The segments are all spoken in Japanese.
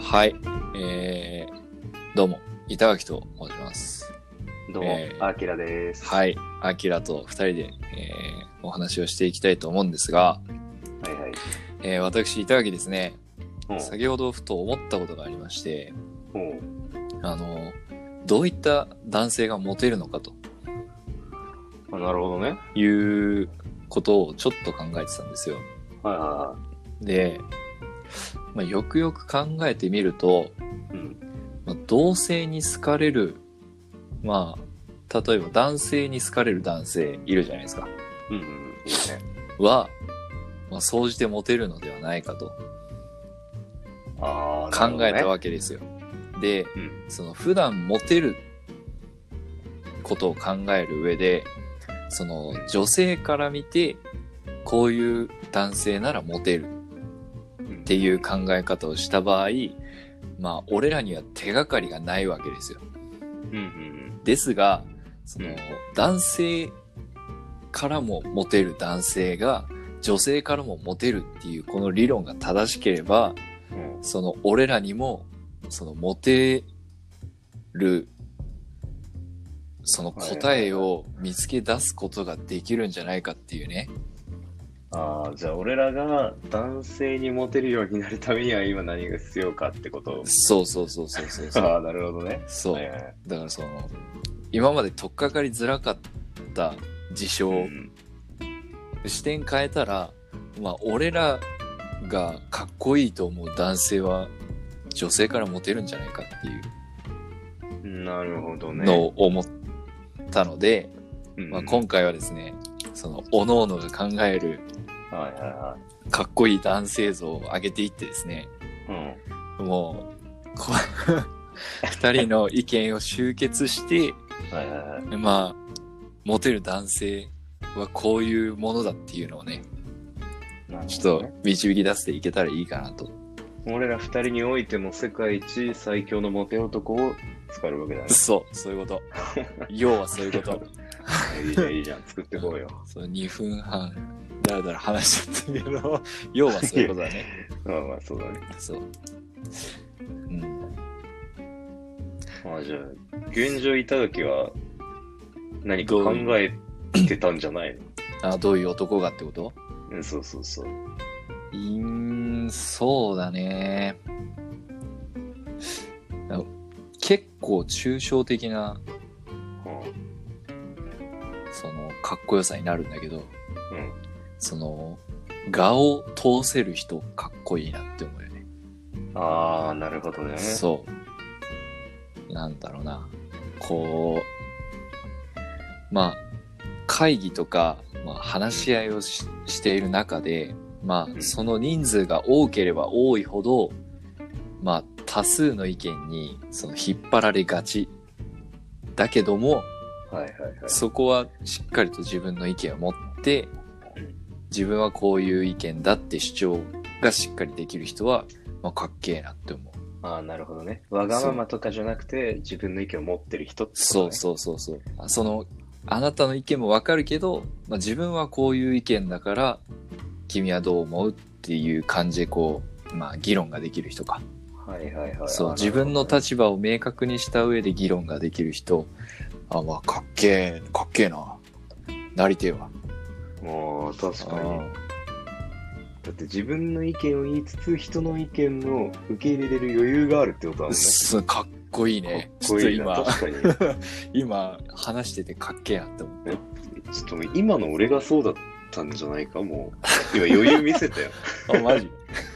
はい。えー、どうも、板垣と申します。どうもえ、ーあきらです。。はいい。アキラと二人で、えーお話をしていきたいと思うんですが、はいはい。えー私、板垣ですね、うん先ほどふと思ったことがありまして、うんあの、どういった男性がモテるのかとあなるほどね。いうことをちょっと考えてたんですよ。はいはで、まあ、よくよく考えてみると、いはい。うん。まあ、同性に好かれる、まあ、例えば男性に好かれる男性いるじゃないですか。うんうん。いいね。は、まあ、総じてモテるのではないかとああ、考えたわわけですよ。で、け。うん。その普段モテることを考える上で、その女性から見て、こういう男性ならモテるうんっていう考え方をした場合、まあ、俺らには手がかりがないわけですよ。うんうんですが、その、うん男性からもモテる男性が、女性からもモテるっていうこの理論が正しければ、うん。うんその俺らにも、そのモテる、その答えを見つけ出すことができるんじゃないかっていうね。ああ、じゃあ俺らが男性にモテるようになるためには今何が必要かってこと。そうそうそうそうそうそう。ああ、なるほどね。そ。はいうはいだからその、今まで取っかかりづらかった事象、うん視点変えたら、まあ、俺らがかっこいいと思う男性は女性からモテるんじゃないかっていうなるほどね。のを思ったので、まあ、今回はですねその各々が考えるうんはいはかっこいい男性像を上げていってですねいはい。もうこ 二人の意見を集結してうん。はいはいはい。まあモテる男性はこういうものだっていうのをねなるほどねちょっと導き出していけたらいいかなと俺ら二人においても世界一最強のモテ男を使える わけだね。そう、そう いうこと。要はそういうこと。いいじゃん、いいじゃん。作ってこうよ。そう2分半、だらだら話しちゃったけど、要はそういうことだね。まあまあ、そうだね。そう。うん。まあじゃあ、現状いただきは何か考えてたんじゃないのあ、どういう男がってことうんそうそうそう。うーん、そうだね。あの結構抽象的な、うその、かっこよさになるんだけど、ん。うんその、画を通せる人、かっこいいなって思うよね。ああ、なるほどね。そう。なんだろうな。こう、まあ、会議とか、まあ、話し合いをししている中で、まうあ、んその人数が多ければ多いほど、まあ、多数の意見に、その、引っ張られがち。だけども、はいはいはい。そこはしっかりと自分の意見を持ってうん、自分はこういう意見だって主張がしっかりできる人は、まあ、かっけえなって思う。ああ、なるほどね。わがままとかじゃなくて、自分の意見を持ってる人ってことそねうそうそうそう。あその、あなたの意見もわかるけど、まあ、自分はこういう意見だから、君はどう思うっていう感じでこう、まあ議論ができる人か。はいはいはい。そう、あー自分のなる立場を明確にした上で議論ができる人。あ、まあかっけえ、かっけえな。なりてえわ。ほどねもう、確かに。あだって自分の意見を言いつつ、人の意見を受け入れれる余裕があるってことだもーんね。すかっこいいね。かっこいいちょな。っと確かに。今、今話しててかっけえなって思って。ちょっと今の俺がそうだったんじゃないかもう。今余裕見せた よ。あ、マジ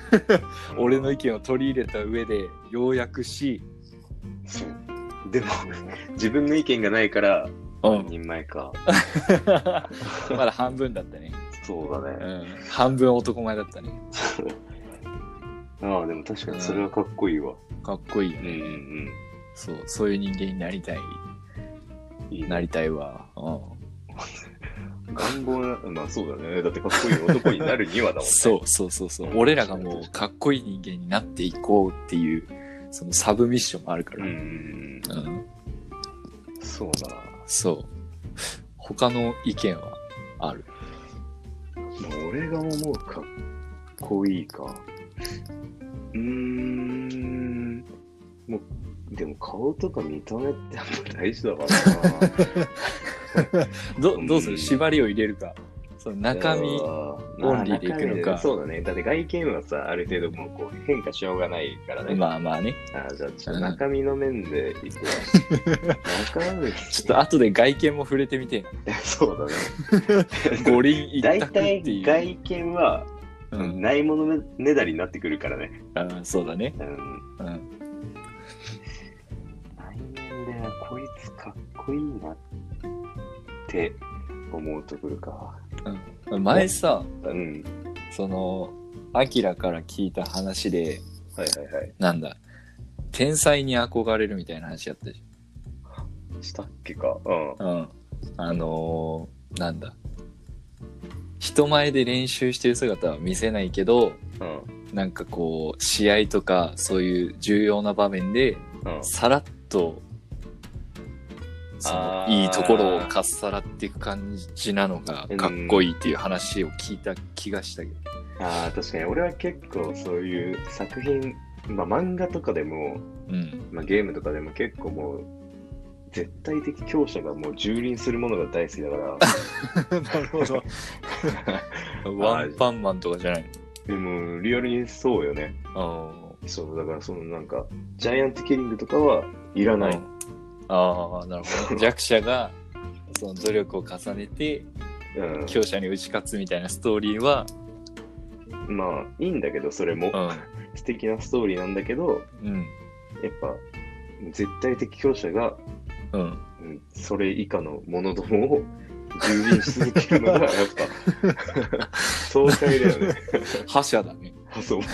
俺の意見を取り入れた上で、ようやくし、そう。でも、 自分の意見がないから、う一ん。人前か。 まだ半分だったね。そうだうね。ん。半分男前だったね。ああ、でも確かにそれはかっこいいわ。かっこいいようんうね。んそう、そういう人間になりたい。うん。いいなねりたいわ。うん。願望な、まあそうだね。だってかっこいい男になるにはだ もんね。そうそうそうそう。うん俺らがもうかっこいい人間になっていこうっていう、そのサブミッションもあるかうら。んうんうん。うん。そうだな。そう。他の意見はある。まあ俺が思うかっこいいか。うーん。でも顔とか見た目ってやっぱ大事だからな。どうんどうする縛りを入れるか。その 中身。いやーオンリーでいくのかまあ中身でそうだね。だって外見はさ、ある程度もうこう変化しようがないからね。まあまあね。あーじゃあちょっうとん中身の面でいくわ。 中身ちょっと後で外見も触れてみてえな。 そうだね。五輪一大択って体いう。外見はうん、ないものねだりになってくるからね。あーそうだね。うん。うん。内面でこいつかっこいいなって思うところか。前さ、うん。その、アキラから聞いた話で、はいはいはい。なんだ、天才に憧れるみたいな話やったじしたっけか。うん。ゃん。うん。あのーなんだ。人前で練習してる姿は見せないけど、うん。なんかこう、試合とか、そういう重要な場面で、うん。さらっと、そのあーいいところをかっさらっていく感じなのがかっこいいっていう話を聞いた気がしたけど。ああ、確かに俺は結構そういう作品、まあ漫画とかでも、うん。まあ、ゲームとかでも結構もう、絶対的強者がもう蹂躙するものが大好きだから、なるほど。 ワンパンマンとかじゃない でもリアルにそうよね。のそう、だからそのなんか、ジャイアントキリングとかはいらあーない。あー、なるほど。弱者が、その努力を重ねて、うん。強者に打ち勝つみたいなストーリーは、まあ、いいんだけど、それう。もん。素敵なストーリーなんだけど、うん。やっぱ、絶対的強者が、うん。うんそれ以下の者どもを蹂躙し続けるの が、やっぱ、爽快だよね。覇者だね。そう、も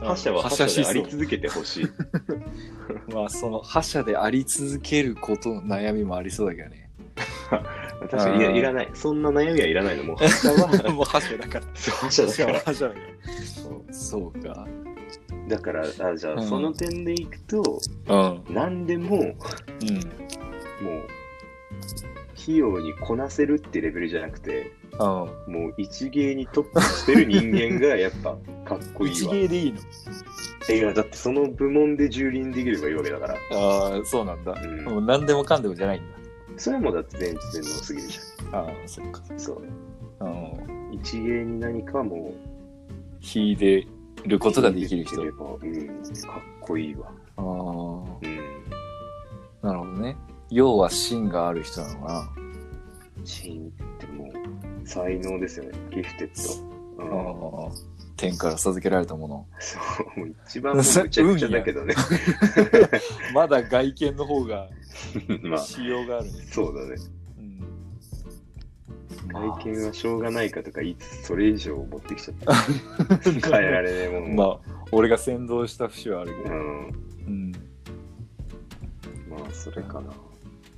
う、覇者は覇者であり続けてほ しい。まあ、その覇者であり続けることの悩みもありそうだけどね。確かにいやうんいらない。そんな悩みはいらないの。もう 覇者は、 もう覇者だから。そう覇者だから。覇者だかそうら。そうか。だから、あじゃうあ、んその点でいくと、うん。何でも、もう、うん。器用にこなせるってレベルじゃなくて、うん。もう一芸に特化してる人間がやっぱかっこい い一わ。芸でいいのいや、だってその部門で蹂躙できればいいわけだから。ああ、そうなんだ。うんもう何でもかんでもじゃないんだ。それはもうだって全知全能すぎるじああ、そっか。ゃん。そう。うん。一芸に何かもう、秀でることができる人。あればうん、かっこいいわ。あー、うん。なるほどね。要は芯がある人なのかな。シーンってもう、才能ですよね。ギフテッド。うあん、あ、天から授けられたもの。そう、もう一番もうむちゃくちゃだけどね。まだ外見の方が まあ、しようがあるね。そうだね。うん。外見はしょうがないかとか言いつつ、それ以上持ってきちゃった。 変えられないものまも。あ、俺が先導した節はあるけうど。ん。うん。まあ、それかな。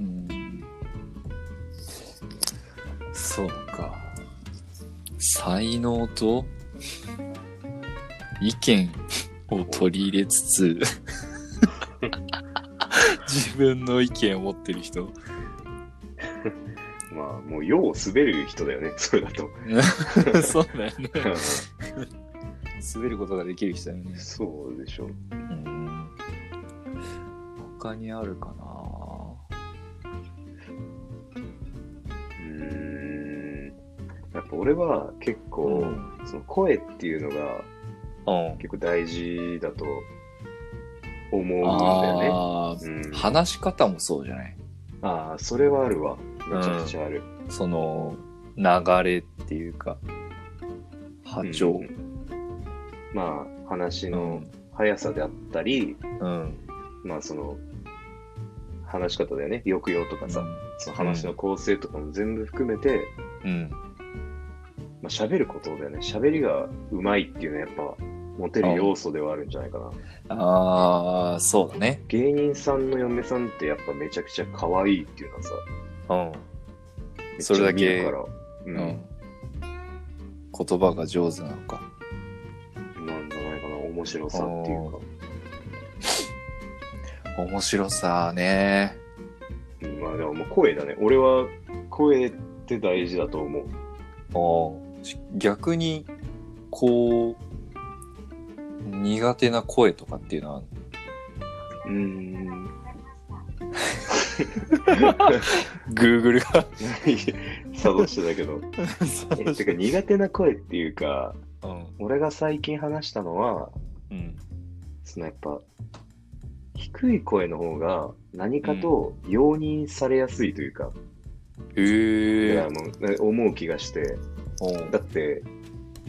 うん。そうか。才能と意見を取り入れつつ、 自分の意見を持ってる人。 まあ、もう、よう滑る人だよね、 そ れだと。そうだよね。う滑ることができる人だよねん。そうでしょう。うん。他にあるかなうーん。やっぱ俺は結う構、んその声っていうのがうん。結構大事だと思うんだよね。ああ、うん、話し方もそうじゃないああ、それはあるわ。めちゃくちゃある。その流れっていうか波長、ううんまあ、話のん速さであったり、うんまあ、その、話し方だよね。抑揚とかさ、その話の構成とかも全部含めて、うん、まあ、喋ることだよね。喋りがうまいっていうのはやっぱ、モテる要素ではあるんじゃないかな。ああそうだね、芸人さんの嫁さんってやっぱめちゃくちゃ可愛いっていうのはさ、うんめっちゃそれだけ見るから、う、うんん、言葉が上手なのかなんじゃないかな。面白さっていうか。面白さねうんまあでももう声だね。俺は声って大事だと思う。お逆にこう苦手な声とかっていうのはうーん。 Google が。作動してたけど。えてか苦手な声っていうか、 うん。俺が最近話したのは、うん。そのやっぱ、低い声の方が何かと容認されやすいというか、へいえや。もう思う気がして、おうだって、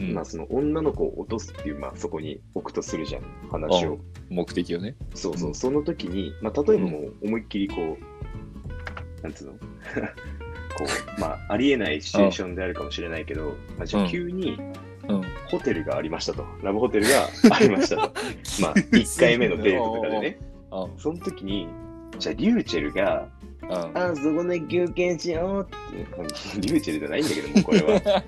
うんまあその女の子を落とすっていう、まあそこに置くとするじゃん、話を。目的をね。そううそんう、その時に、まあ例えばもう思いっきりこう、なんつうの こう、まあありえないシチュエーションであるかもしれないけど、まあじゃうあん急にうん。ホテルがありましたと、ラブホテルがありましたと。 まあ1回目のデートとかでね。あ、その時に、じゃあ、リューチェルが、うん。あそこで休憩しようって、リューチェルじゃ ないんだけども、これは。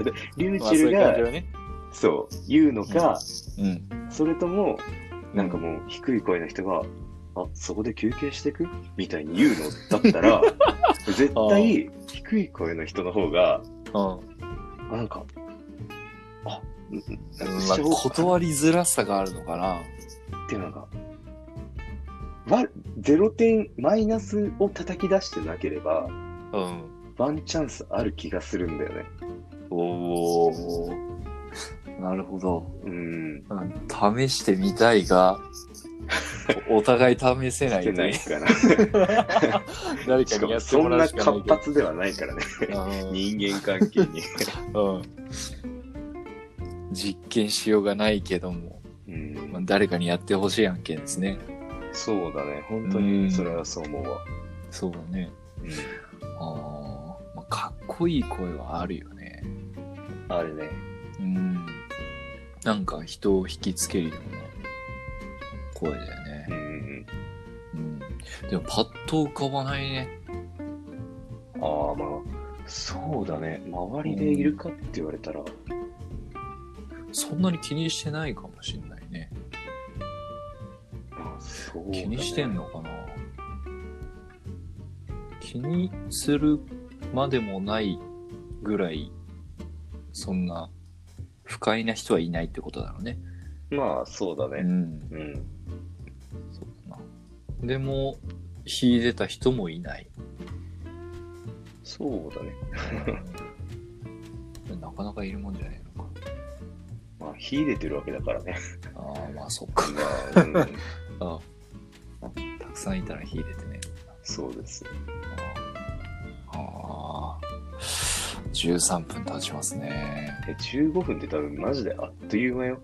リューまあチェルそういが、う感じだねそう、言うのか、うん。それとも、なんかもう、低い声の人が、あ、そこで休憩してくみたいに言うのだった ら、絶対、低い声の人の方が、うん。あなんか、あ、んんまあ、断りづらさがあるのかな。っていうのが、わ0点、マイナスを叩き出してなければ、うん。ワンチャンスある気がするんだよね。おお。なるほど。うん。うん試してみたいが、おお互い試せないしてとないね。かな。誰か しかにやってもそもんらうなしかない活けど。発ではないからね。うん人間関係に。うん実験しようがないけども、 うんまあ、誰かにやってほしい案件ですね。そうだね。本当うんにそれはそう思うわ。そうだね。うんあー、まあ、かっこいい声はあるよね。あれね。うん。なんか人を引きつけるような声だよねう。ん。うん。でもパッと浮かばないね。ああ、まあ、そうだね。周りでいるかって言われたら、そんなに気にしてないかもしんないね。まあ、そうだね。気にしてんのかな気にするまでもないぐらい、そんな不快な人はいないってことだろうね。まあ、そうだうね。ん。うん。そうだな。でも、秀でた人もい ない。そうだね。なかなかいるもんじゃないのか。まあ、秀でてるわけだからね。ああ、まあそっか。 まあ、うん、ああたくさんいたら秀でてね。 そうです。ああ。13分経ちますね。え、15分って多分マジであっという間よ。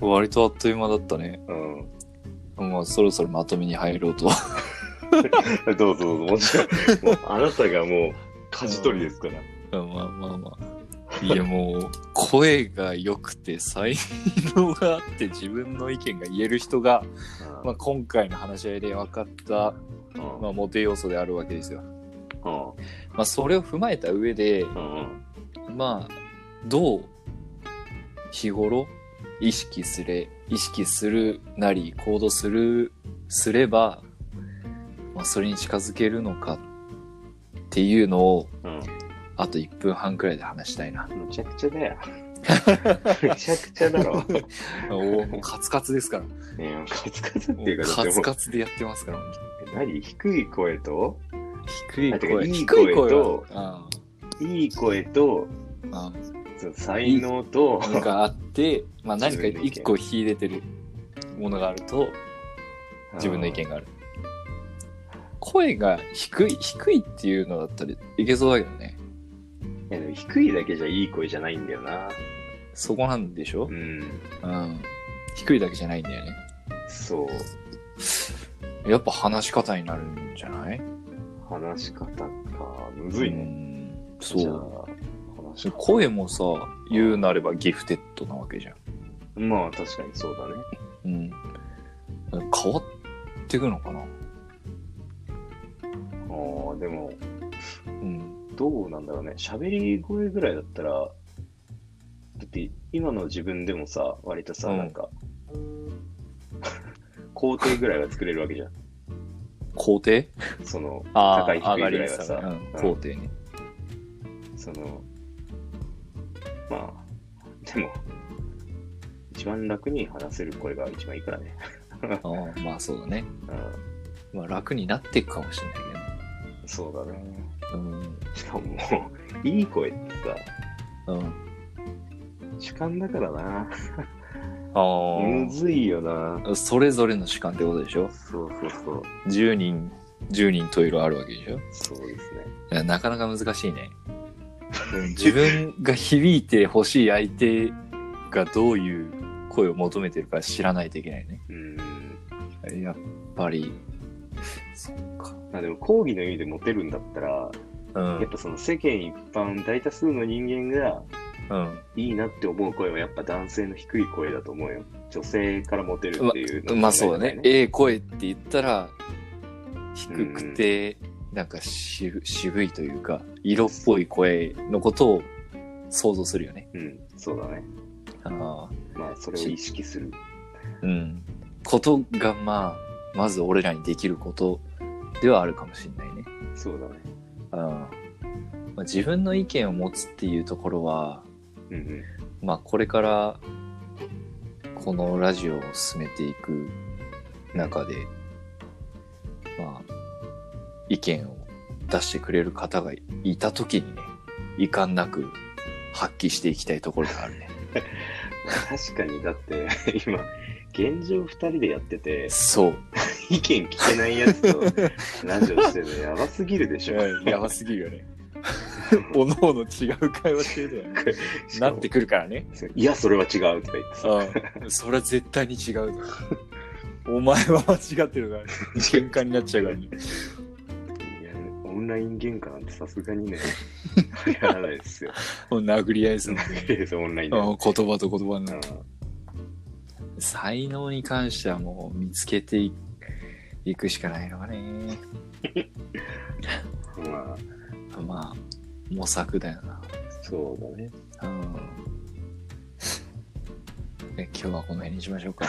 割とあっという間だったね。うん。まあ、そろそろまとめに入ろうと。 どうぞどうぞ、もちろ ん。もうあなたがもう、舵取りですから。まあまあまあ。いや、もう、声が良くて、才能があって、自分の意見が言える人が、まあ、今回の話し合いで分かった、うんまあ、モテ要素であるわけですよ。うんまあ、それを踏まえた上で、うんうんまあ、どう、日頃、意識すれ、意識するなり、行動する、すれば、まあ、それに近づけるのかっていうのを、あと1分半くらいで話したいな。むちゃくちゃだ よ。むちゃくちゃだろ。おーもうカツカツですから。いやカツカツってもいううか、だカってツもカツでやってますから。う、何低い声と、低いあてか声。いい低い声声とはいい声と、うんうんその才能と、なんかあって、まあ何か自分の意見一個秀でてるものがあると、自分の意見うん。がある。声が低い、低いっていうのだったらいけそうだけどね。いやでも低いだけじゃいい声じゃないんだよな。そこなんでしょうん。うん。低いだけじゃないんだよね。そう。やっぱ話し方になるんじゃない話し方か。むずいね。うんじそゃう。あ、話しそれ声もさ、言うなればギフテッドなわけじゃん。まあ確かにそうだね。うん。変わっていくのかなああ、でも、うん。どうなんだろうね。喋り声ぐらいだったら、だって今の自分でもさ、割とさ、うんなんか、 肯定ぐらいは作れるわけじゃん。工程その、あ高い低いぐらいは上さがりねうん、う工ん程ね。その、まあ、でも、一番楽に話せる声が一番いいからね。ああまあそうだね。うんまあ楽になっていくかもしれないそうだね。けど。うん。しかももう、いい声ってさ、うん。主観だからな。むあずいよな。あ。それぞれの主観ってことでしょそうそうそう。 ?10 人、10人といろあるわけでしょそうですね。いやなかなか難しいね。自分が響いてほしい相手がどういう声を求めてるか知らないといけないね。うん。やっぱり、そっか。まあでも、講義の意味でモテるんだったら、うやっん。ぱその世間一般、大多数の人間が、うん。いいなって思う声はやっぱ男性の低い声だと思うよ。女性からモテるっていうのまはあそうだね。ええ声って言ったら、低くて、なんか渋渋いというか、色っぽい声のことを想像するよね。うん、そうだね。ああ。まあそれを意識する。うん。ことが、まあ、まず俺らにできることではあるかもしれないね。そうだね。ああまあ、自分の意見を持つっていうところは、うんうん。まあ、これからこのラジオを進めていく中で、まあ、意見を出してくれる方がいた時にね遺憾なく発揮していきたいところがあるね確かに、だって 今、現状二人でやってて、そう意見聞けないやつと ラジオしてるのやばすぎるでしょ。ばすぎるよね おのおの違う会話してるよねしかなもってくるからねいや、それは違うとか言ってさ、うんそれは絶対に違う お前は間違ってるから喧嘩になっちゃうからねいやオンライン喧嘩なんてさすがに ね、流行らないですよ。もう殴り合いするのいいですオンラインで。うん言葉と言葉にうなんる才能に関してはもう見つけていいくしかないのかねまあ、まあ模索だよなそうだね。うんえ今日はこの辺にしましょうか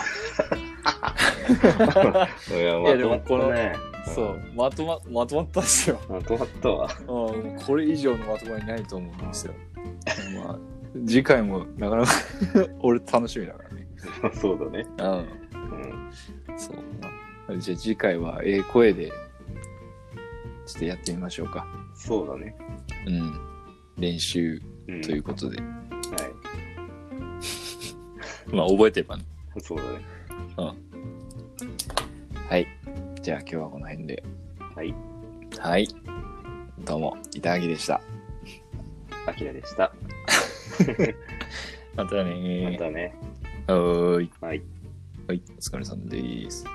いや、いやでまもとまったね。そうまとままとまったっすよ、うん。まとまったわ。 うん、もうこれ以上のまとまりないと思うん ですよまあ次回もなかなか 俺楽しみだからねそうだね。うんうん。そうな。じゃあ次回はええ声で、ちょっとやってみましょうか。そうだね。うん。練習うん。ということで。はまあ覚えてればね。い。そうだね。はい。じゃあ今日はこの辺で。はい。はい。どうも、板垣でした。あきらでした。またねまー。たね。はーい。はい。はい。お疲れ様です。